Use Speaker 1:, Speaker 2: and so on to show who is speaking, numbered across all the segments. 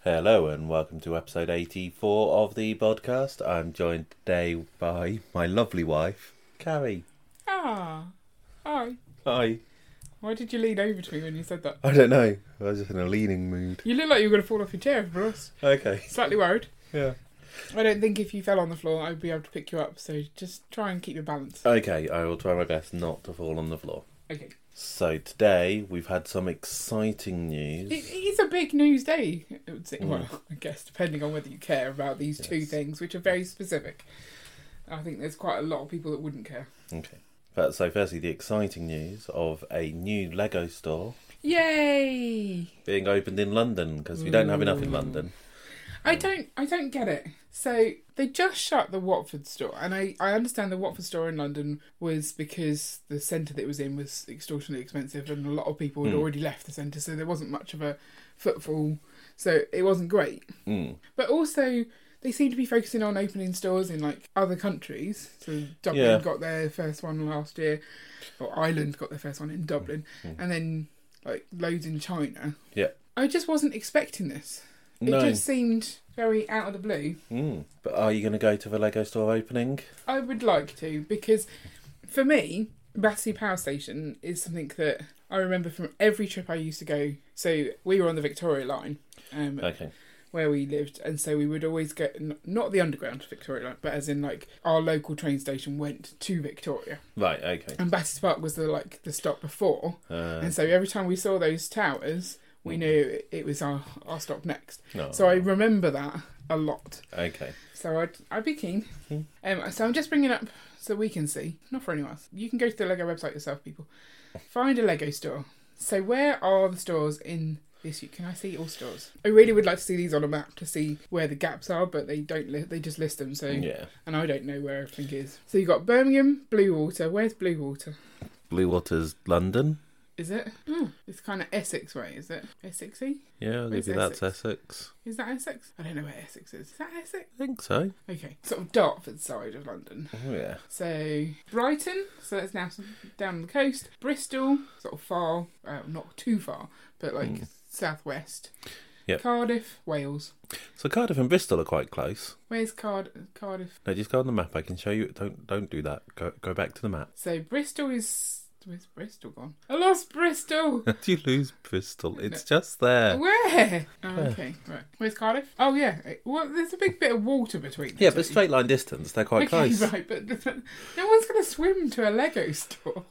Speaker 1: Hello and welcome to episode 84 of the podcast. I'm joined today by my lovely wife, Carrie.
Speaker 2: Ah, hi.
Speaker 1: Hi.
Speaker 2: Why did you lean over to me when you said that?
Speaker 1: I don't know. I was just in a leaning mood.
Speaker 2: You look like you were going to fall off your chair, Ross.
Speaker 1: Okay.
Speaker 2: Slightly worried.
Speaker 1: Yeah.
Speaker 2: I don't think if you fell on the floor, I'd be able to pick you up. So just try and keep your balance.
Speaker 1: Okay, I will try my best not to fall on the floor.
Speaker 2: Okay.
Speaker 1: So today we've had some exciting news.
Speaker 2: It, it's a big news day. It would seem,
Speaker 1: Mm.
Speaker 2: Well, I guess depending on whether you care about these two
Speaker 1: Yes.
Speaker 2: things, which are very specific. I think there's quite a lot of people that wouldn't care.
Speaker 1: Okay. But so firstly the exciting news of a new Lego store
Speaker 2: Yay!
Speaker 1: being opened in London because we don't have enough in
Speaker 2: Ooh.
Speaker 1: London.
Speaker 2: I don't I don't get it. So they just shut the Watford store and I, I understand the Watford store in London was because the centre that it was in was extortionately expensive and a lot of people had
Speaker 1: Hmm.
Speaker 2: already left the centre so there wasn't much of a footfall so it wasn't great.
Speaker 1: Mm.
Speaker 2: But also they seem to be focusing on opening stores in like other countries. So Dublin
Speaker 1: Yeah.
Speaker 2: got their first one last year or Ireland got their first one in Dublin
Speaker 1: Hmm.
Speaker 2: and then like loads in China.
Speaker 1: Yeah.
Speaker 2: I just wasn't expecting this. It
Speaker 1: No.
Speaker 2: just seemed very out of the blue.
Speaker 1: Mm. But are you going to go to the Lego store opening?
Speaker 2: I would like to because for me, Battersea Power Station is something that I remember from every trip I used to go. So we were on the Victoria Line um,
Speaker 1: Okay.
Speaker 2: where we lived, and so we would always get n- not the underground Victoria Line, but as in like our local train station went to Victoria,
Speaker 1: Right, okay.
Speaker 2: and Battersea Park was the like the stop before,
Speaker 1: Uh,
Speaker 2: and so every time we saw those towers, we knew it was our our stop next.
Speaker 1: no.
Speaker 2: So I remember that a lot.
Speaker 1: Okay.
Speaker 2: So I'd, I'd be keen.
Speaker 1: Hmm.
Speaker 2: Um, so I'm just bringing up so we can see, not for anyone else. You can go to the Lego website yourself, people. Find a Lego store. So where are the stores in this? u- Can I see all stores? I really would like to see these on a map to see where the gaps are, but they don't. Li- they just list them. So
Speaker 1: Yeah.
Speaker 2: and I don't know where everything is. So you got Birmingham, Blue Water. Where's Blue Water?
Speaker 1: Blue Waters, London.
Speaker 2: Is it? Hmm, it's kind of Essex way, is it? Essexy?
Speaker 1: Yeah, I'll
Speaker 2: Where's
Speaker 1: give you that's Essex.
Speaker 2: Is that Essex? I don't know where Essex is. Is that Essex?
Speaker 1: I think so.
Speaker 2: Okay, sort of Dartford side of London.
Speaker 1: Oh, yeah.
Speaker 2: So Brighton, so that's now some- down the coast. Bristol, sort of far, uh, not too far, but like
Speaker 1: Mm.
Speaker 2: southwest.
Speaker 1: Yep.
Speaker 2: Cardiff, Wales.
Speaker 1: So Cardiff and Bristol are quite close.
Speaker 2: Where's Card- Cardiff?
Speaker 1: No, just go on the map. I can show you. Don't don't do that. Go go back to the map.
Speaker 2: So Bristol is where's Bristol gone? I lost Bristol.
Speaker 1: How do you lose Bristol? It's just there.
Speaker 2: Where? Oh, okay, right. Where's Cardiff? Oh yeah. Well, there's a big bit of water between. the
Speaker 1: Yeah,
Speaker 2: two.
Speaker 1: but straight line distance, they're quite
Speaker 2: okay,
Speaker 1: close.
Speaker 2: right, but no one's going to swim to a Lego store.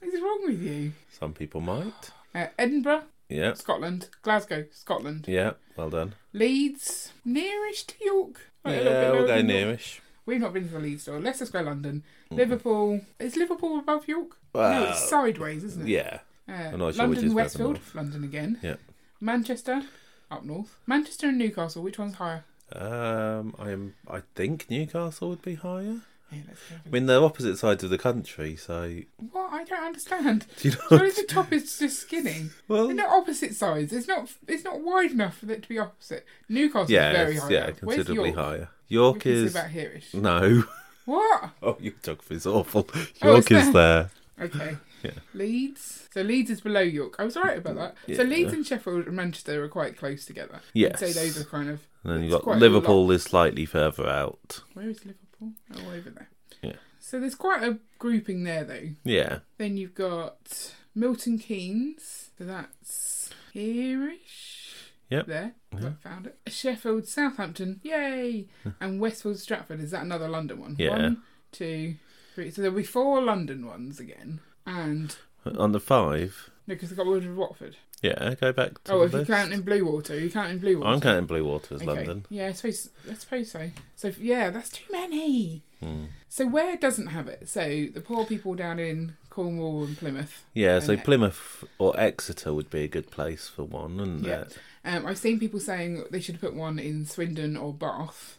Speaker 2: What is wrong with you?
Speaker 1: Some people might.
Speaker 2: Uh, Edinburgh,
Speaker 1: Yeah,
Speaker 2: Scotland. Glasgow, Scotland.
Speaker 1: yeah. Well done.
Speaker 2: Leeds, nearish to York. Like a little bit
Speaker 1: Yeah, we'll
Speaker 2: lower
Speaker 1: go
Speaker 2: than York.
Speaker 1: nearish.
Speaker 2: We've not been to the Leeds store. Leicester Square, London. Liverpool. Is Liverpool above York? no,
Speaker 1: Mm-hmm. Well,
Speaker 2: it's sideways, isn't it?
Speaker 1: yeah.
Speaker 2: Uh,
Speaker 1: I'm not sure which
Speaker 2: London,
Speaker 1: is further
Speaker 2: Westfield. London again.
Speaker 1: Yeah.
Speaker 2: Manchester, up north. Manchester and Newcastle. Which one's higher?
Speaker 1: Um, I am. I think Newcastle would be higher.
Speaker 2: Yeah, let's go.
Speaker 1: I mean, they're opposite sides of the country, so do
Speaker 2: What? I don't understand.
Speaker 1: you know?
Speaker 2: Surely the top is just skinny.
Speaker 1: Well,
Speaker 2: They're not opposite sides. It's not. It's not wide enough for it to be opposite. Newcastle's
Speaker 1: yeah,
Speaker 2: very
Speaker 1: it's-
Speaker 2: high.
Speaker 1: yeah,
Speaker 2: up. Where's
Speaker 1: considerably
Speaker 2: York?
Speaker 1: higher.
Speaker 2: We
Speaker 1: York
Speaker 2: can see
Speaker 1: is
Speaker 2: about hereish.
Speaker 1: no.
Speaker 2: What?
Speaker 1: Oh, your geography's awful.
Speaker 2: Oh,
Speaker 1: York
Speaker 2: it's
Speaker 1: is there.
Speaker 2: Okay.
Speaker 1: Yeah.
Speaker 2: Leeds. So Leeds is below York. I was right about that.
Speaker 1: Yeah.
Speaker 2: So Leeds and Sheffield and Manchester are quite close together.
Speaker 1: Yes.
Speaker 2: I'd say those are kind of.
Speaker 1: And then you've
Speaker 2: It's
Speaker 1: got
Speaker 2: quite a
Speaker 1: Liverpool is slightly further out.
Speaker 2: Where is Liverpool? Oh, over there.
Speaker 1: Yeah.
Speaker 2: So there's quite a grouping there, though.
Speaker 1: Yeah,
Speaker 2: Then you've got Milton Keynes. So that's hereish.
Speaker 1: Yep.
Speaker 2: There.
Speaker 1: Yeah.
Speaker 2: I Found it. Sheffield, Southampton. Yay! and Westfield, Stratford. Is that another London one?
Speaker 1: Yeah.
Speaker 2: One, two, three. So there'll be four London ones again. And.
Speaker 1: on the five.
Speaker 2: No, because I got rid of Watford.
Speaker 1: Yeah, go back to.
Speaker 2: Oh,
Speaker 1: the
Speaker 2: if you
Speaker 1: list.
Speaker 2: count in Blue Water, you count in Blue Water.
Speaker 1: I'm counting Blue Water as
Speaker 2: Okay.
Speaker 1: London.
Speaker 2: Yeah, I suppose, I suppose so. So if- yeah, that's too many.
Speaker 1: Hmm.
Speaker 2: So where doesn't have it? So the poor people down in Cornwall and Plymouth.
Speaker 1: Yeah, so
Speaker 2: Okay.
Speaker 1: Plymouth or Exeter would be a good place for one, and
Speaker 2: Yeah.
Speaker 1: yeah.
Speaker 2: Um, I've seen people saying they should put one in Swindon or Bath,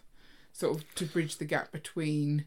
Speaker 2: sort of to bridge the gap between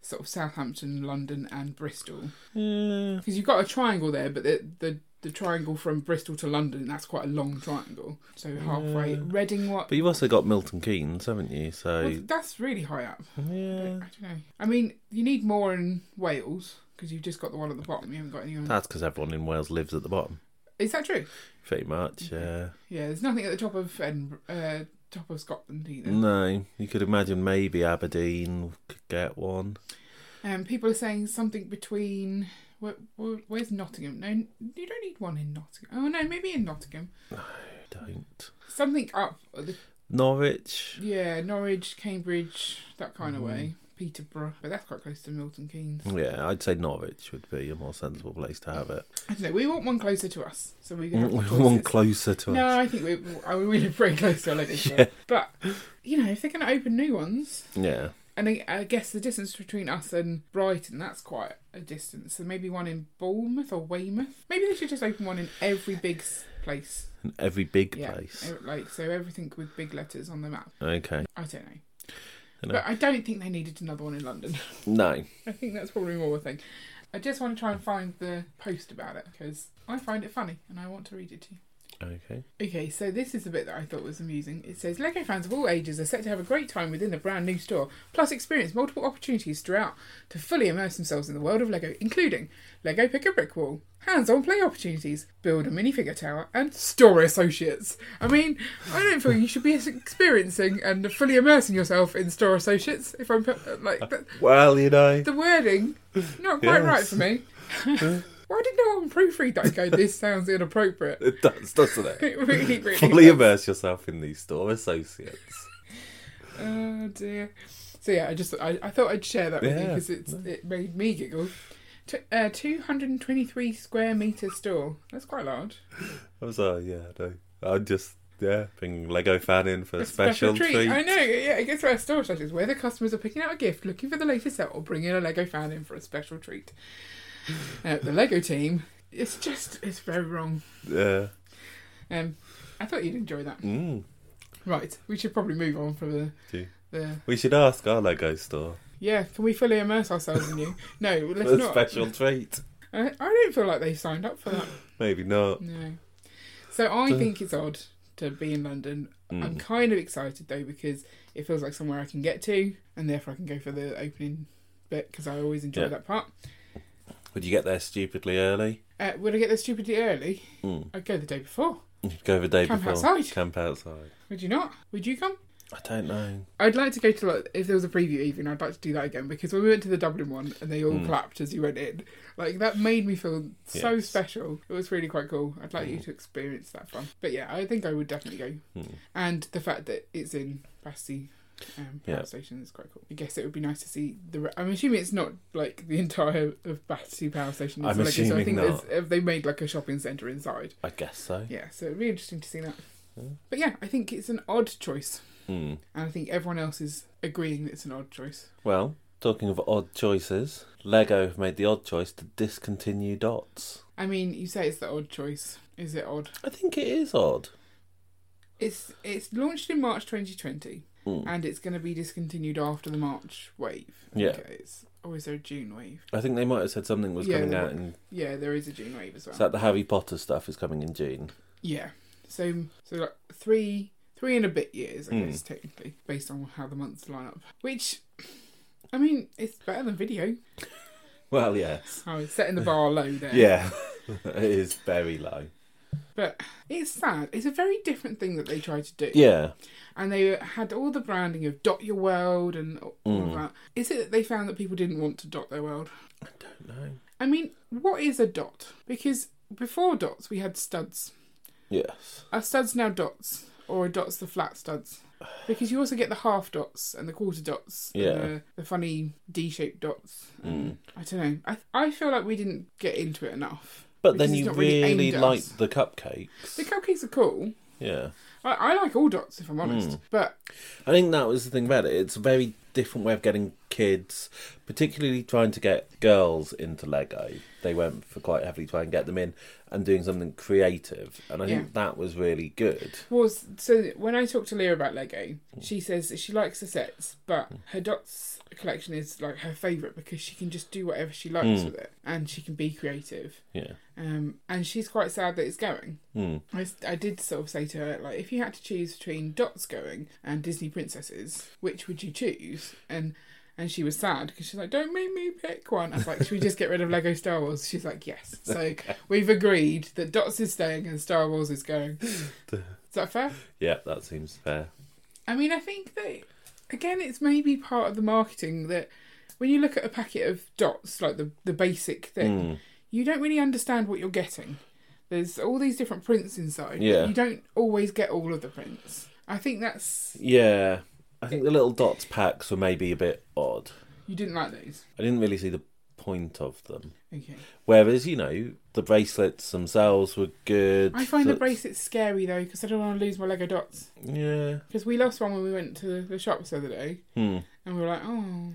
Speaker 2: sort of Southampton, London, and Bristol.
Speaker 1: yeah,
Speaker 2: Because you've got a triangle there, but the the, the triangle from Bristol to London that's quite a long triangle. So halfway,
Speaker 1: Yeah.
Speaker 2: Reading what?
Speaker 1: but you've also got Milton Keynes, haven't you? So
Speaker 2: Well, that's really high up. I
Speaker 1: yeah,
Speaker 2: don't know. I mean, you need more in Wales because you've just got the one at the bottom. You haven't got anyone.
Speaker 1: that's because everyone in Wales lives at the bottom.
Speaker 2: Is that true?
Speaker 1: Pretty
Speaker 2: Mm-hmm.
Speaker 1: much, yeah.
Speaker 2: Yeah, there's nothing at the top of Edinburgh, uh, top of Scotland either.
Speaker 1: No, you could imagine maybe Aberdeen could get one.
Speaker 2: Um, people are saying something between. Where, where, where's Nottingham? No, you don't need one in Nottingham. Oh no, maybe in Nottingham.
Speaker 1: Don't.
Speaker 2: Something up, at the,
Speaker 1: Norwich.
Speaker 2: yeah, Norwich, Cambridge, that kind
Speaker 1: Mm-hmm.
Speaker 2: of way. Peterborough, but that's quite close to Milton Keynes.
Speaker 1: Yeah, I'd say Norwich would be a more sensible place to have it.
Speaker 2: I don't know. We want one closer to us, so we can have more
Speaker 1: one
Speaker 2: choices.
Speaker 1: closer to
Speaker 2: No,
Speaker 1: us.
Speaker 2: I think we I mean, we live very close to our local store. But you know, if they're going to open new ones,
Speaker 1: Yeah.
Speaker 2: and I, I guess the distance between us and Brighton that's quite a distance. So maybe one in Bournemouth or Weymouth. Maybe they should just open one in every big s- place.
Speaker 1: In every big
Speaker 2: Yeah,
Speaker 1: place.
Speaker 2: ev- like so everything with big letters on the map.
Speaker 1: Okay.
Speaker 2: I don't know.
Speaker 1: Dunno.
Speaker 2: But I don't think they needed another one in London.
Speaker 1: No.
Speaker 2: I think that's probably more a thing. I just want to try and find the post about it because I find it funny and I want to read it to you.
Speaker 1: Okay.
Speaker 2: Okay, so this is the bit that I thought was amusing. It says Lego fans of all ages are set to have a great time within the brand new store, plus experience multiple opportunities throughout to fully immerse themselves in the world of Lego, including Lego pick a brick wall, hands on play opportunities, build a minifigure tower, and store associates. I mean, I don't feel you should be experiencing and fully immersing yourself in store associates. If I'm put- uh, like, but
Speaker 1: Well, you know.
Speaker 2: the wording not quite right for me. Why did no one proofread that? and Go, this sounds inappropriate.
Speaker 1: It does, doesn't it?
Speaker 2: It really, really
Speaker 1: Fully
Speaker 2: does.
Speaker 1: immerse yourself in these store associates.
Speaker 2: Oh dear. So yeah, I just I, I thought I'd share that with you
Speaker 1: Yeah.
Speaker 2: because it's it made me giggle. T- uh, 223 square meter store. That's quite large.
Speaker 1: I was like, yeah, no. I'm just, yeah, bring Lego fan in for a special, treat.
Speaker 2: I know. Yeah, it gets where a store such as where the customers are picking out a gift, looking for the latest set, or bringing a Lego fan in for a special treat. Uh, the Lego team. It's just it's very wrong.
Speaker 1: Yeah.
Speaker 2: Um, I thought you'd enjoy that.
Speaker 1: Mm.
Speaker 2: Right, we should probably move on from the
Speaker 1: Do.
Speaker 2: the.
Speaker 1: We should ask our Lego store
Speaker 2: Yeah, can we fully immerse ourselves in you? No,
Speaker 1: for
Speaker 2: let's
Speaker 1: a
Speaker 2: not.
Speaker 1: special treat.
Speaker 2: I, I don't feel like they've signed up for that.
Speaker 1: Maybe not.
Speaker 2: No. So I think it's odd to be in London. I'm
Speaker 1: Mm.
Speaker 2: kind of excited though because it feels like somewhere I can get to, and therefore I can go for the opening bit because I always enjoy
Speaker 1: Yeah.
Speaker 2: that part.
Speaker 1: Would you get there stupidly early?
Speaker 2: Uh, would I get there stupidly early?
Speaker 1: Mm.
Speaker 2: I'd go the day before.
Speaker 1: You'd go the day
Speaker 2: Camp
Speaker 1: before.
Speaker 2: outside.
Speaker 1: Camp outside.
Speaker 2: Would you not? Would you come?
Speaker 1: I don't know.
Speaker 2: I'd like to go to like if there was a preview evening, I'd like to do that again because when we went to the Dublin one and they all
Speaker 1: Mm.
Speaker 2: clapped as you went in, like that made me feel so
Speaker 1: Yes.
Speaker 2: special. It was really quite cool. I'd like you to experience that fun. But yeah, I think I would definitely go.
Speaker 1: Mm.
Speaker 2: and the fact that it's in Battersea um, power
Speaker 1: Yeah.
Speaker 2: station is quite cool. I guess it would be nice to see the. Re- I'm assuming it's not like the entire of Battersea power station. is
Speaker 1: I'm
Speaker 2: like this, so I
Speaker 1: assuming
Speaker 2: think there's-
Speaker 1: not.
Speaker 2: Have they made like a shopping centre inside?
Speaker 1: I guess so.
Speaker 2: Yeah, so it'd be interesting to see that.
Speaker 1: Yeah.
Speaker 2: But yeah, I think it's an odd choice,
Speaker 1: Mm.
Speaker 2: and I think everyone else is agreeing that it's an odd choice.
Speaker 1: Well, talking of odd choices, Lego have made the odd choice to discontinue dots.
Speaker 2: I mean, you say it's the odd choice. Is it odd?
Speaker 1: I think it is odd.
Speaker 2: It's it's launched in March 2020,
Speaker 1: Mm.
Speaker 2: and it's going to be discontinued after the March wave.
Speaker 1: Yeah.
Speaker 2: Okay, it's or is there a June wave?
Speaker 1: I think they might have said something was
Speaker 2: Yeah,
Speaker 1: coming
Speaker 2: they
Speaker 1: out in.
Speaker 2: Yeah, there is a June wave as well.
Speaker 1: So that the Harry Potter stuff is coming in June.
Speaker 2: Yeah. So so like three three and a bit years, I
Speaker 1: Hmm.
Speaker 2: guess technically, based on how the months line up. Which, I mean, it's better than video.
Speaker 1: Well, yes.
Speaker 2: I was setting the bar low there.
Speaker 1: Yeah. it is very low.
Speaker 2: But it's sad. It's a very different thing that they tried to do.
Speaker 1: Yeah.
Speaker 2: And they had all the branding of dot your world and all
Speaker 1: Hmm.
Speaker 2: of that. Is it that they found that people didn't want to dot their world?
Speaker 1: No.
Speaker 2: I mean, what is a dot? Because before dots, we had studs.
Speaker 1: Yes.
Speaker 2: Are studs now dots, or are dots the flat studs? Because you also get the half dots and the quarter dots, and
Speaker 1: Yeah.
Speaker 2: the, the funny D-shaped dots.
Speaker 1: Mm.
Speaker 2: I don't know. I I feel like we didn't get into it enough.
Speaker 1: But
Speaker 2: Because
Speaker 1: then
Speaker 2: it's
Speaker 1: you
Speaker 2: not really
Speaker 1: really,
Speaker 2: aimed at
Speaker 1: like
Speaker 2: us.
Speaker 1: the cupcakes.
Speaker 2: The cupcakes are cool.
Speaker 1: yeah.
Speaker 2: I, I like all dots if I'm honest,
Speaker 1: Mm.
Speaker 2: but
Speaker 1: I think that was the thing about it. It's a very different way of getting kids, particularly trying to get girls into Lego. They went for quite heavily trying to get them in and doing something creative. And I
Speaker 2: Yeah.
Speaker 1: think that was really good.
Speaker 2: was so when I talked to Leah about Lego, she says that she likes the sets, but her dots collection is like her favorite because she can just do whatever she likes
Speaker 1: Mm.
Speaker 2: with it, and she can be creative.
Speaker 1: Yeah.
Speaker 2: Um, and she's quite sad that it's going.
Speaker 1: Mm.
Speaker 2: I, s- I did sort of say to her, like, if you had to choose between Dots going and Disney princesses, which would you choose? And and she was sad because she's like, "Don't make me pick one." I was like, "Should we just get rid of Lego Star Wars?" She's like, "Yes." So we've agreed that Dots is staying and Star Wars is going. Is that fair?
Speaker 1: Yeah, that seems fair.
Speaker 2: I mean, I think that again, it's maybe part of the marketing that when you look at a packet of dots, like the the basic
Speaker 1: Hmm.
Speaker 2: thing, you don't really understand what you're getting. There's all these different prints inside. but
Speaker 1: Yeah.
Speaker 2: you don't always get all of the prints. I think that's
Speaker 1: Yeah, I think the little dots packs were maybe a bit odd.
Speaker 2: you didn't like those.
Speaker 1: I didn't really see the point of them.
Speaker 2: Okay,
Speaker 1: Whereas you know the bracelets themselves were good.
Speaker 2: I find the
Speaker 1: That's-
Speaker 2: bracelets scary though because I don't want to lose my Lego dots.
Speaker 1: Yeah.
Speaker 2: Because we lost one when we went to the shops the other day,
Speaker 1: Hmm.
Speaker 2: and we were like, oh.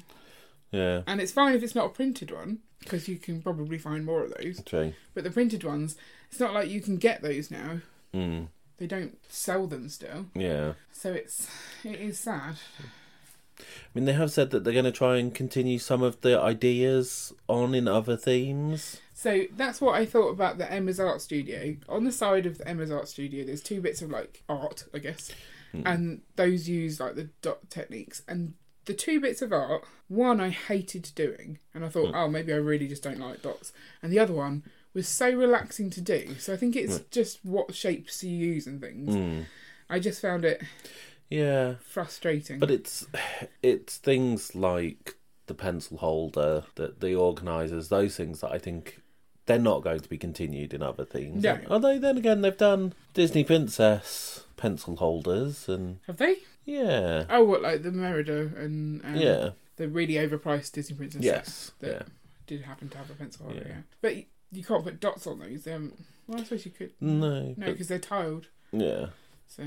Speaker 1: Yeah.
Speaker 2: And it's fine if it's not a printed one because you can probably find more of those.
Speaker 1: True.
Speaker 2: But the printed ones, it's not like you can get those now.
Speaker 1: Hmm.
Speaker 2: They don't sell them still.
Speaker 1: Yeah.
Speaker 2: So it's it is sad.
Speaker 1: I mean, they have said that they're going to try and continue some of the ideas on in other themes.
Speaker 2: So that's what I thought about the Emma's Art Studio. On the side of the Emma's Art Studio, there's two bits of like art, I guess,
Speaker 1: Hmm.
Speaker 2: and those use like the dot techniques. And the two bits of art, one I hated doing, and I thought,
Speaker 1: Hmm.
Speaker 2: oh, maybe I really just don't like dots. And the other one was so relaxing to do. So I think it's
Speaker 1: Hmm.
Speaker 2: just what shapes you use and things. I just found it
Speaker 1: Yeah.
Speaker 2: frustrating.
Speaker 1: But it's it's things like the pencil holder, that the organisers, those things that I think they're not going to be continued in other themes.
Speaker 2: No.
Speaker 1: Although then again, they've done Disney Princess pencil holders and
Speaker 2: Have they?
Speaker 1: yeah,
Speaker 2: Oh, what like the Merida and um,
Speaker 1: yeah,
Speaker 2: the really overpriced Disney Princess.
Speaker 1: yes,
Speaker 2: that
Speaker 1: yeah.
Speaker 2: did happen to have a pencil holder.
Speaker 1: Yeah.
Speaker 2: Yeah. But you, you can't put dots on those. Um, well, I suppose you could.
Speaker 1: No,
Speaker 2: No,
Speaker 1: but-
Speaker 2: because they're tiled.
Speaker 1: yeah,
Speaker 2: So,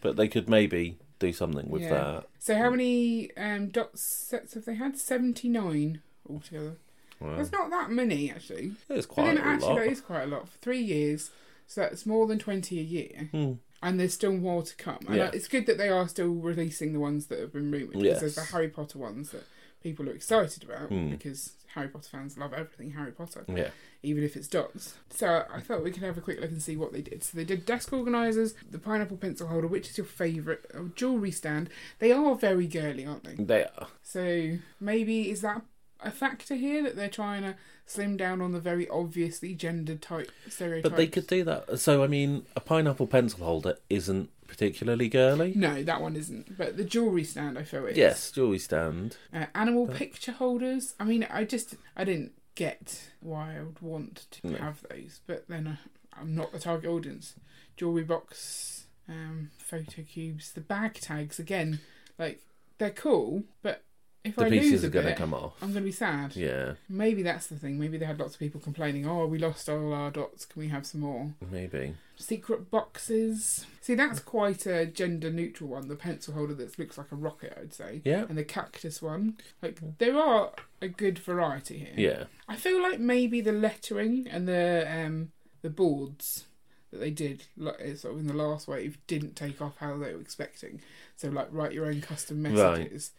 Speaker 1: but they could maybe do something with
Speaker 2: Yeah.
Speaker 1: that.
Speaker 2: so how many um dot sets have they had? Seventy nine altogether.
Speaker 1: Wow.
Speaker 2: That's not that many actually.
Speaker 1: It's
Speaker 2: But
Speaker 1: quite
Speaker 2: then
Speaker 1: a
Speaker 2: actually,
Speaker 1: lot.
Speaker 2: that is quite a lot for three years. So that's more than twenty a year.
Speaker 1: Hmm.
Speaker 2: And there's still more to come. And
Speaker 1: Yeah.
Speaker 2: uh, it's good that they are still releasing the ones that have been rumoured. Because there's the
Speaker 1: Yes.
Speaker 2: Harry Potter ones that people are excited about
Speaker 1: Hmm.
Speaker 2: because Harry Potter fans love everything Harry Potter.
Speaker 1: Yeah,
Speaker 2: even if it's dots. So I thought we could have a quick look and see what they did. So they did desk organisers, the pineapple pencil holder, which is your favourite, a jewellery stand. They are very girly, aren't they?
Speaker 1: they are.
Speaker 2: So maybe is that a factor here that they're trying to slim down on the very obviously gendered type stereotypes?
Speaker 1: But they could do that. So I mean, a pineapple pencil holder isn't particularly girly.
Speaker 2: No, that one isn't. But the jewellery stand, I feel it. is.
Speaker 1: Yes, jewelry stand.
Speaker 2: Uh, animal picture holders. I mean, I just I didn't get why I would want to
Speaker 1: No.
Speaker 2: have those, but then I, I'm not the target audience. Jewelry box, um, photo cubes, the bag tags again. Like they're cool, but if
Speaker 1: The
Speaker 2: I lose
Speaker 1: pieces
Speaker 2: a
Speaker 1: are going to
Speaker 2: bit, Oh.
Speaker 1: come off.
Speaker 2: I'm going to be sad.
Speaker 1: Yeah,
Speaker 2: Maybe that's the thing. Maybe they had lots of people complaining. Oh, we lost all our dots. Can we have some more?
Speaker 1: maybe.
Speaker 2: Secret boxes. See,
Speaker 1: Mm.
Speaker 2: that's quite a gender neutral one. The pencil holder that looks like a rocket, I'd say
Speaker 1: Yeah,
Speaker 2: and the cactus one. Like there are a good variety here.
Speaker 1: yeah.
Speaker 2: I feel like maybe the lettering and the um the boards that they did like uh, sort of in the last wave didn't take off how they were expecting. So like write your own custom
Speaker 1: Right.
Speaker 2: messages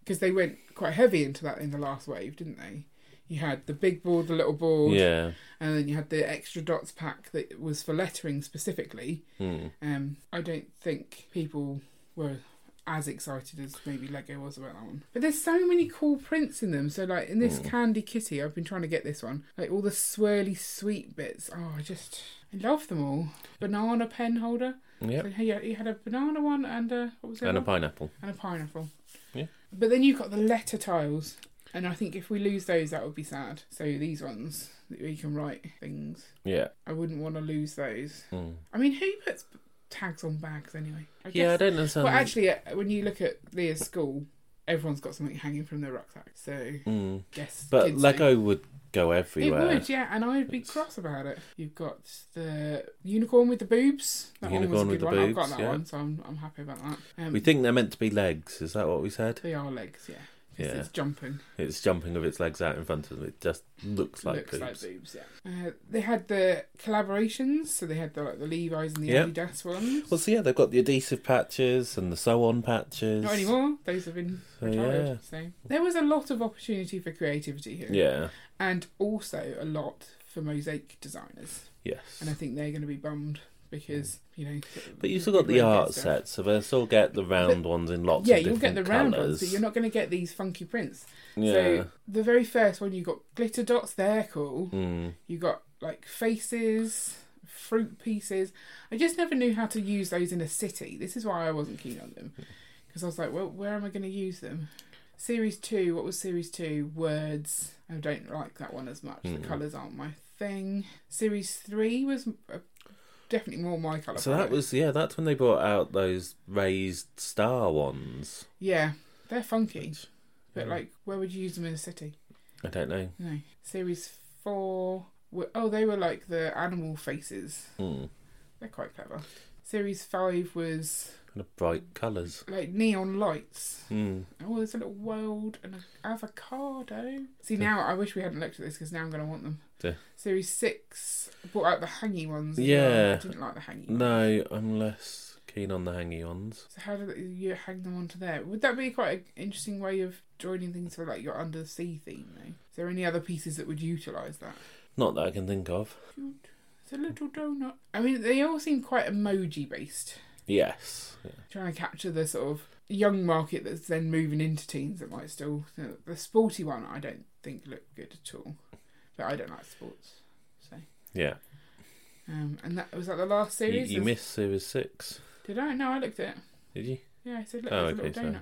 Speaker 2: because they went quite heavy into that in the last wave, didn't they? You had the big board, the little board,
Speaker 1: Yeah.
Speaker 2: and then you had the extra dots pack that was for lettering specifically.
Speaker 1: Hmm.
Speaker 2: Um, I don't think people were as excited as maybe Lego was about that one. But there's so many cool prints in them. So like in
Speaker 1: Hmm.
Speaker 2: this Candy Kitty, I've been trying to get this one. Like all the swirly sweet bits. Oh, I just I love them all. Banana pen holder.
Speaker 1: Yep.
Speaker 2: So yeah, you had a banana one and a what was it?
Speaker 1: And a pineapple.
Speaker 2: and a pineapple.
Speaker 1: Yeah.
Speaker 2: But then you've got the letter tiles. And I think if we lose those, that would be sad. So these ones that we can write things.
Speaker 1: Yeah.
Speaker 2: I wouldn't want to lose those.
Speaker 1: Hmm.
Speaker 2: I mean, who puts tags on bags anyway?
Speaker 1: Yeah,
Speaker 2: I
Speaker 1: I
Speaker 2: guess-
Speaker 1: don't understand.
Speaker 2: well, actually, uh, when you look at Leah's school, everyone's got something hanging from their rucksack. So,
Speaker 1: Hmm.
Speaker 2: yes.
Speaker 1: But
Speaker 2: kids do.
Speaker 1: Lego would go
Speaker 2: It
Speaker 1: everywhere.
Speaker 2: would, yeah, and I'd be cross about it. You've got the unicorn with the boobs. That one was a
Speaker 1: Unicorn
Speaker 2: good
Speaker 1: with the
Speaker 2: one. I've got
Speaker 1: boobs,
Speaker 2: that
Speaker 1: yeah.
Speaker 2: one, so I'm, I'm happy about that. Um,
Speaker 1: We think they're meant to be legs. Is that what we said?
Speaker 2: they are legs, yeah. 'cause
Speaker 1: Yeah.
Speaker 2: it's jumping.
Speaker 1: It's jumping with its legs out in front of them. It just looks like
Speaker 2: looks
Speaker 1: boobs.
Speaker 2: like boobs, yeah. Uh, they had the collaborations, so they had the like the Levi's and the
Speaker 1: Yeah.
Speaker 2: Adidas ones.
Speaker 1: Well, so yeah, they've got the adhesive patches and the sew-on patches.
Speaker 2: Not anymore. Those have been
Speaker 1: So,
Speaker 2: retired.
Speaker 1: yeah.
Speaker 2: So there was a lot of opportunity for creativity here.
Speaker 1: Yeah.
Speaker 2: and also a lot for mosaic designers.
Speaker 1: Yes.
Speaker 2: And I think they're going to be bummed because you know.
Speaker 1: But you still got the
Speaker 2: everyone
Speaker 1: art
Speaker 2: gets stuff.
Speaker 1: sets, so they'll still get the round ones in lots
Speaker 2: Yeah,
Speaker 1: of
Speaker 2: you'll
Speaker 1: different
Speaker 2: get the round
Speaker 1: colours.
Speaker 2: ones, but you're not going to get these funky prints.
Speaker 1: yeah.
Speaker 2: So the very first one, you got glitter dots. They're cool.
Speaker 1: Mm.
Speaker 2: You got like faces, fruit pieces. I just never knew how to use those in a city. This is why I wasn't keen on them because I was like, well, where am I going to use them? Series two. What was series two? Words. I don't like that one as much.
Speaker 1: Mm.
Speaker 2: The colours aren't my thing. Series three was uh, definitely more my colour.
Speaker 1: So that
Speaker 2: palette.
Speaker 1: was yeah, that's when they brought out those raised star ones.
Speaker 2: yeah, they're funky,
Speaker 1: Which-
Speaker 2: but like, where would you use them in a city?
Speaker 1: I don't know.
Speaker 2: No. Series four. Were, oh, they were like the animal faces.
Speaker 1: Mm.
Speaker 2: They're quite clever. Series five was
Speaker 1: Kind of bright colours.
Speaker 2: like neon lights.
Speaker 1: Mm.
Speaker 2: Oh, there's a little world and an avocado. See, now I wish we hadn't looked at this because now I'm going to want them.
Speaker 1: Yeah.
Speaker 2: Series six brought out the hangy ones. as
Speaker 1: Yeah.
Speaker 2: well. I didn't like the hangy. ones.
Speaker 1: No, I'm less keen on the hangy ones.
Speaker 2: So how do you hang them onto there? Would that be quite an interesting way of joining things for like your undersea theme? Though? Is there any other pieces that would utilise that?
Speaker 1: Not that I can think of.
Speaker 2: Cute. It's a little donut. I mean, they all seem quite emoji based.
Speaker 1: Yes. Yeah.
Speaker 2: trying to capture the sort of young market that's then moving into teens that might still the, the sporty one I don't think looked good at all but I don't like sports so
Speaker 1: Yeah.
Speaker 2: um, and that was that the last
Speaker 1: You,
Speaker 2: series
Speaker 1: you missed series six,
Speaker 2: did I no I looked at it
Speaker 1: did you?
Speaker 2: yeah I said look
Speaker 1: Oh,
Speaker 2: there's a
Speaker 1: okay,
Speaker 2: little
Speaker 1: sorry.
Speaker 2: donut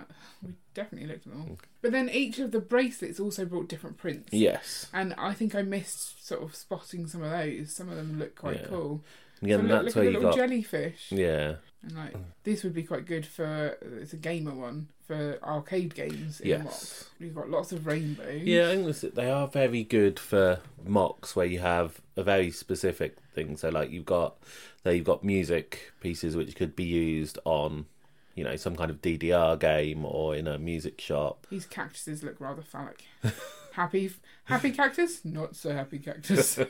Speaker 2: Uh, we definitely looked at them all but then each of the bracelets also brought different prints
Speaker 1: Yes.
Speaker 2: and I think I missed sort of spotting some of those some of them look quite
Speaker 1: Yeah.
Speaker 2: cool
Speaker 1: Again,
Speaker 2: so look,
Speaker 1: that's
Speaker 2: look
Speaker 1: where
Speaker 2: at the
Speaker 1: you
Speaker 2: little
Speaker 1: got.
Speaker 2: jellyfish
Speaker 1: yeah.
Speaker 2: And like these would be quite good for it's a gamer one for arcade games. In yes,
Speaker 1: Yes.
Speaker 2: you've got lots of rainbows.
Speaker 1: Yeah, I think that's it. they are very good for mocks where you have a very specific thing. So, like you've got, there you've got music pieces which could be used on, you know, some kind of DDR game or in a music shop.
Speaker 2: these cactuses look rather phallic. happy, happy cactus, not so happy cactus.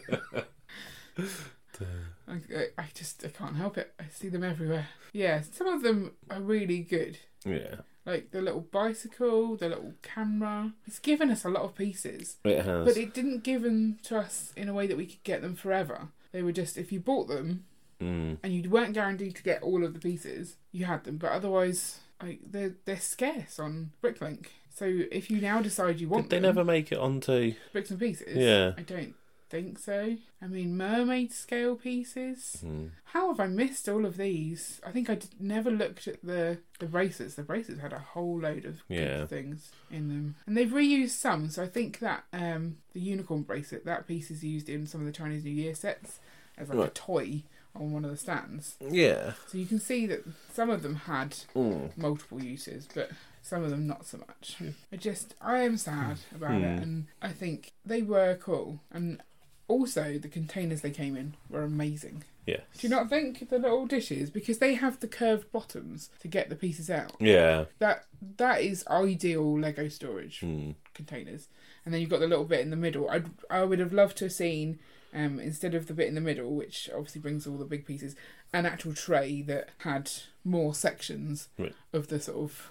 Speaker 2: I, I- I just I can't help it. I see them everywhere. Yeah, some of them are really good.
Speaker 1: Yeah,
Speaker 2: Like the little bicycle, the little camera. It's given us a lot of pieces.
Speaker 1: it has.
Speaker 2: But it didn't give them to us in a way that we could get them forever. They were just, if you bought them
Speaker 1: mm,
Speaker 2: and you weren't guaranteed to get all of the pieces, you had them. But otherwise, like they're they're scarce on Bricklink. So if you now decide you want
Speaker 1: did they
Speaker 2: them,
Speaker 1: never make it onto?
Speaker 2: bricks and pieces,
Speaker 1: Yeah.
Speaker 2: I don't think so. I mean, mermaid scale pieces.
Speaker 1: Mm.
Speaker 2: How have I missed all of these? I think I d- never looked at the the bracelets. The bracelets had a whole load of good
Speaker 1: Yeah.
Speaker 2: things in them, and they've reused some. So I think that um, the unicorn bracelet that piece is used in some of the Chinese New Year sets as like a
Speaker 1: Right.
Speaker 2: toy on one of the stands.
Speaker 1: Yeah.
Speaker 2: So you can see that some of them had
Speaker 1: Mm.
Speaker 2: multiple uses, but some of them not so much. I just, I am sad about it,
Speaker 1: Hmm.
Speaker 2: and I think they were cool. And also, the containers they came in were amazing.
Speaker 1: Yes.
Speaker 2: Do you not think the little dishes, because they have the curved bottoms to get the pieces out?
Speaker 1: Yeah.
Speaker 2: That that is ideal Lego storage
Speaker 1: Mm.
Speaker 2: containers, and then you've got the little bit in the middle. I I would have loved to have seen. Um, instead of the bit in the middle, which obviously brings all the big pieces, an actual tray that had more sections
Speaker 1: Right.
Speaker 2: of the sort of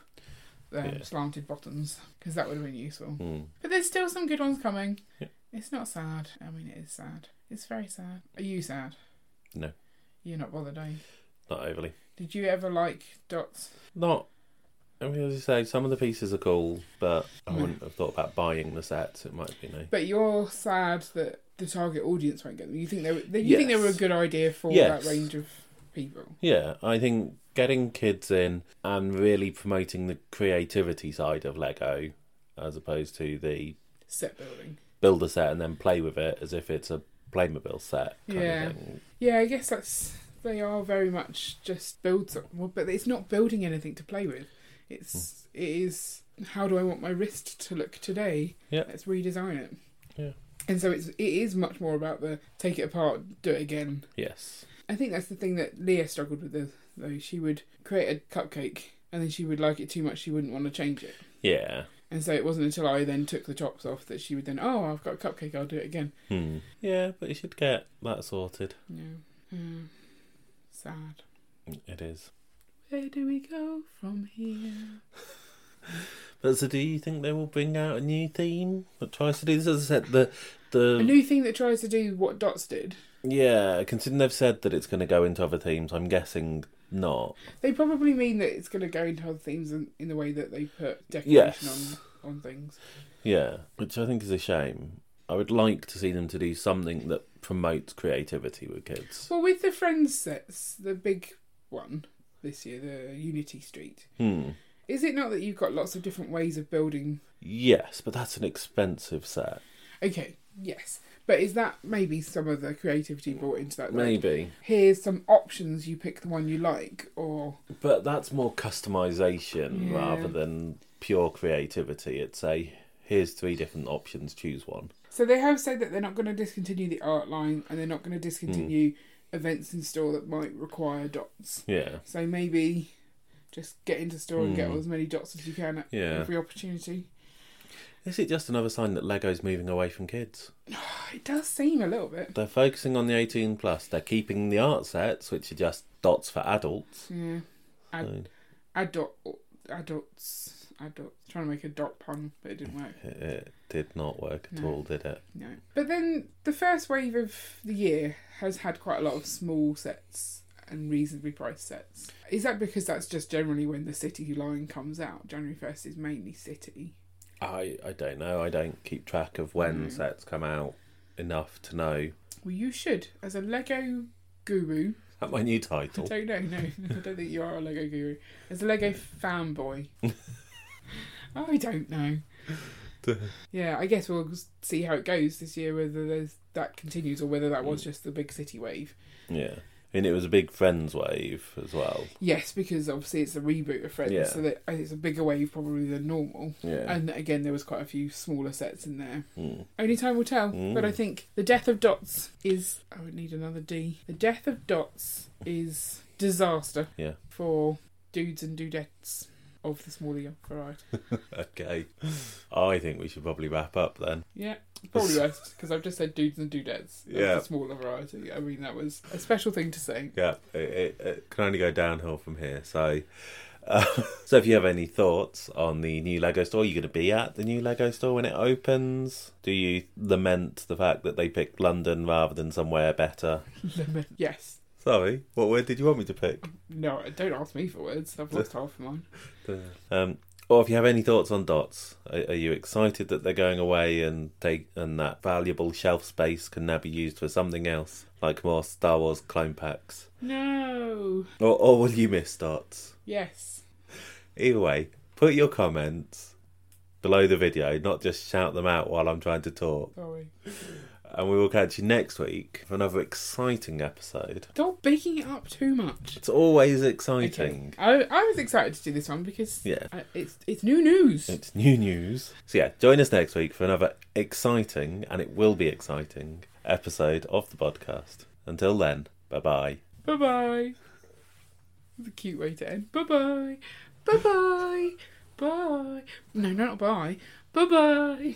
Speaker 2: um,
Speaker 1: Yeah.
Speaker 2: slanted bottoms, because that would have been useful.
Speaker 1: Mm.
Speaker 2: But there's still some good ones coming.
Speaker 1: Yeah.
Speaker 2: It's not sad. I mean, it is sad. It's very sad. Are you sad?
Speaker 1: No.
Speaker 2: You're not bothered, are you?
Speaker 1: Not overly.
Speaker 2: Did you ever like dots?
Speaker 1: Not. I mean, as you say, some of the pieces are cool, but I
Speaker 2: Mm.
Speaker 1: wouldn't have thought about buying the sets. It might be no.
Speaker 2: But you're sad that the target audience won't get them. You think they were, you think they were a
Speaker 1: Yes.
Speaker 2: good idea for
Speaker 1: Yes.
Speaker 2: that range of people.
Speaker 1: Yeah, I think getting kids in and really promoting the creativity side of Lego as opposed to the
Speaker 2: Set building.
Speaker 1: build a set and then play with it as if it's a Playmobil set kind
Speaker 2: Yeah.
Speaker 1: of thing.
Speaker 2: Yeah, I guess that's they are very much just build something, well, but it's not building anything to play with. It's
Speaker 1: Hmm.
Speaker 2: it is how do I want my wrist to look today?
Speaker 1: Yeah.
Speaker 2: let's redesign it.
Speaker 1: Yeah.
Speaker 2: and so it's it is much more about the take it apart, do it again.
Speaker 1: Yes.
Speaker 2: I think that's the thing that Leah struggled with. the- Though she would create a cupcake and then she would like it too much, she wouldn't want to change it.
Speaker 1: Yeah.
Speaker 2: And so it wasn't until I then took the tops off that she would then, oh, I've got a cupcake, I'll do it again.
Speaker 1: Hmm. Yeah, but you should get that sorted.
Speaker 2: Yeah. Yeah. Hmm. Sad.
Speaker 1: It is.
Speaker 2: Where do we go from here?
Speaker 1: But so do you think they will bring out a new theme that tries to do this? As I said, the
Speaker 2: A
Speaker 1: the
Speaker 2: new thing that tries to do what Dots did.
Speaker 1: Yeah, considering they've said that it's going to go into other themes, I'm guessing not.
Speaker 2: They probably mean that it's going to go into other themes in, in the way that they put decoration
Speaker 1: Yes.
Speaker 2: on, on things.
Speaker 1: Yeah, which I think is a shame. I would like to see them to do something that promotes creativity with kids.
Speaker 2: Well, with the Friends sets, the big one this year, the Unity Street,
Speaker 1: Hmm.
Speaker 2: is it not that you've got lots of different ways of building?
Speaker 1: Yes, but that's an expensive set.
Speaker 2: Okay, yes. But is that maybe some of the creativity brought into that? Like,
Speaker 1: Maybe.
Speaker 2: here's some options, you pick the one you like, or.
Speaker 1: But that's more customization
Speaker 2: Yeah.
Speaker 1: rather than pure creativity. It's a here's three different options, choose one.
Speaker 2: So they have said that they're not going to discontinue the art line and they're not going to discontinue events in store that might require dots.
Speaker 1: Yeah.
Speaker 2: So maybe just get into store and get
Speaker 1: Hmm.
Speaker 2: as many dots as you can at
Speaker 1: Yeah.
Speaker 2: every opportunity.
Speaker 1: Is it just another sign that Lego's moving away from kids?
Speaker 2: It does seem a little bit.
Speaker 1: They're focusing on the 18 plus. They're keeping the art sets, which are just dots for adults.
Speaker 2: Yeah.
Speaker 1: So,
Speaker 2: Ad, adult, adults, adult. Trying to make a dot pun, but it didn't work.
Speaker 1: it, it did not work at
Speaker 2: No.
Speaker 1: all, did it?
Speaker 2: No. But then the first wave of the year has had quite a lot of small sets and reasonably priced sets. Is that because that's just generally when the city line comes out? January 1st is mainly city.
Speaker 1: I, I don't know. I don't keep track of when
Speaker 2: No.
Speaker 1: sets come out enough to know.
Speaker 2: Well, you should. As a Lego guru,
Speaker 1: Is that my new
Speaker 2: I
Speaker 1: title?
Speaker 2: don't know, no, I don't think you are a Lego guru. As a Lego fanboy, I don't know. Yeah, I guess we'll see how it goes this year, whether there's, that continues or whether that was just the big city wave.
Speaker 1: Yeah. And it was a big Friends wave as well.
Speaker 2: Yes, because obviously it's a reboot of Friends,
Speaker 1: Yeah.
Speaker 2: so that and it's a bigger wave probably than normal.
Speaker 1: Yeah.
Speaker 2: And again, there was quite a few smaller sets in there.
Speaker 1: Mm.
Speaker 2: Only time will tell.
Speaker 1: Mm.
Speaker 2: But I think the death of Dots is. I would need another D. The death of Dots is disaster.
Speaker 1: Yeah.
Speaker 2: For dudes and dudettes of the smaller variety.
Speaker 1: Okay. I think we should probably wrap up then.
Speaker 2: Yeah. Probably worst because I've just said dudes and dudettes. of
Speaker 1: Yeah.
Speaker 2: The smaller variety. I mean, that was a special thing to say.
Speaker 1: Yeah, it, it, it can only go downhill from here. So, uh, so if you have any thoughts on the new Lego store, you're going to be at the new Lego store when it opens. Do you lament the fact that they picked London rather than somewhere better?
Speaker 2: Lemon. yes.
Speaker 1: Sorry, what word did you want me to pick?
Speaker 2: No, don't ask me for words. I've lost half of mine.
Speaker 1: Um, or if you have any thoughts on dots, are, are you excited that they're going away and they and that valuable shelf space can now be used for something else, like more Star Wars clone packs?
Speaker 2: No.
Speaker 1: Or, or will you miss dots?
Speaker 2: Yes.
Speaker 1: Either way, put your comments below the video, not just shout them out while I'm trying to talk.
Speaker 2: Sorry.
Speaker 1: And we will catch you next week for another exciting episode.
Speaker 2: Stop baking it up too much.
Speaker 1: It's always
Speaker 2: Okay.
Speaker 1: exciting.
Speaker 2: I, I was excited to do this one because
Speaker 1: Yeah.
Speaker 2: I, it's it's new news.
Speaker 1: It's new news. So, yeah, join us next week for another exciting, and it will be exciting, episode of the podcast. Until then, bye bye.
Speaker 2: Bye bye. It's a cute way to end. Bye bye. Bye bye. Bye. No, not bye. Bye bye.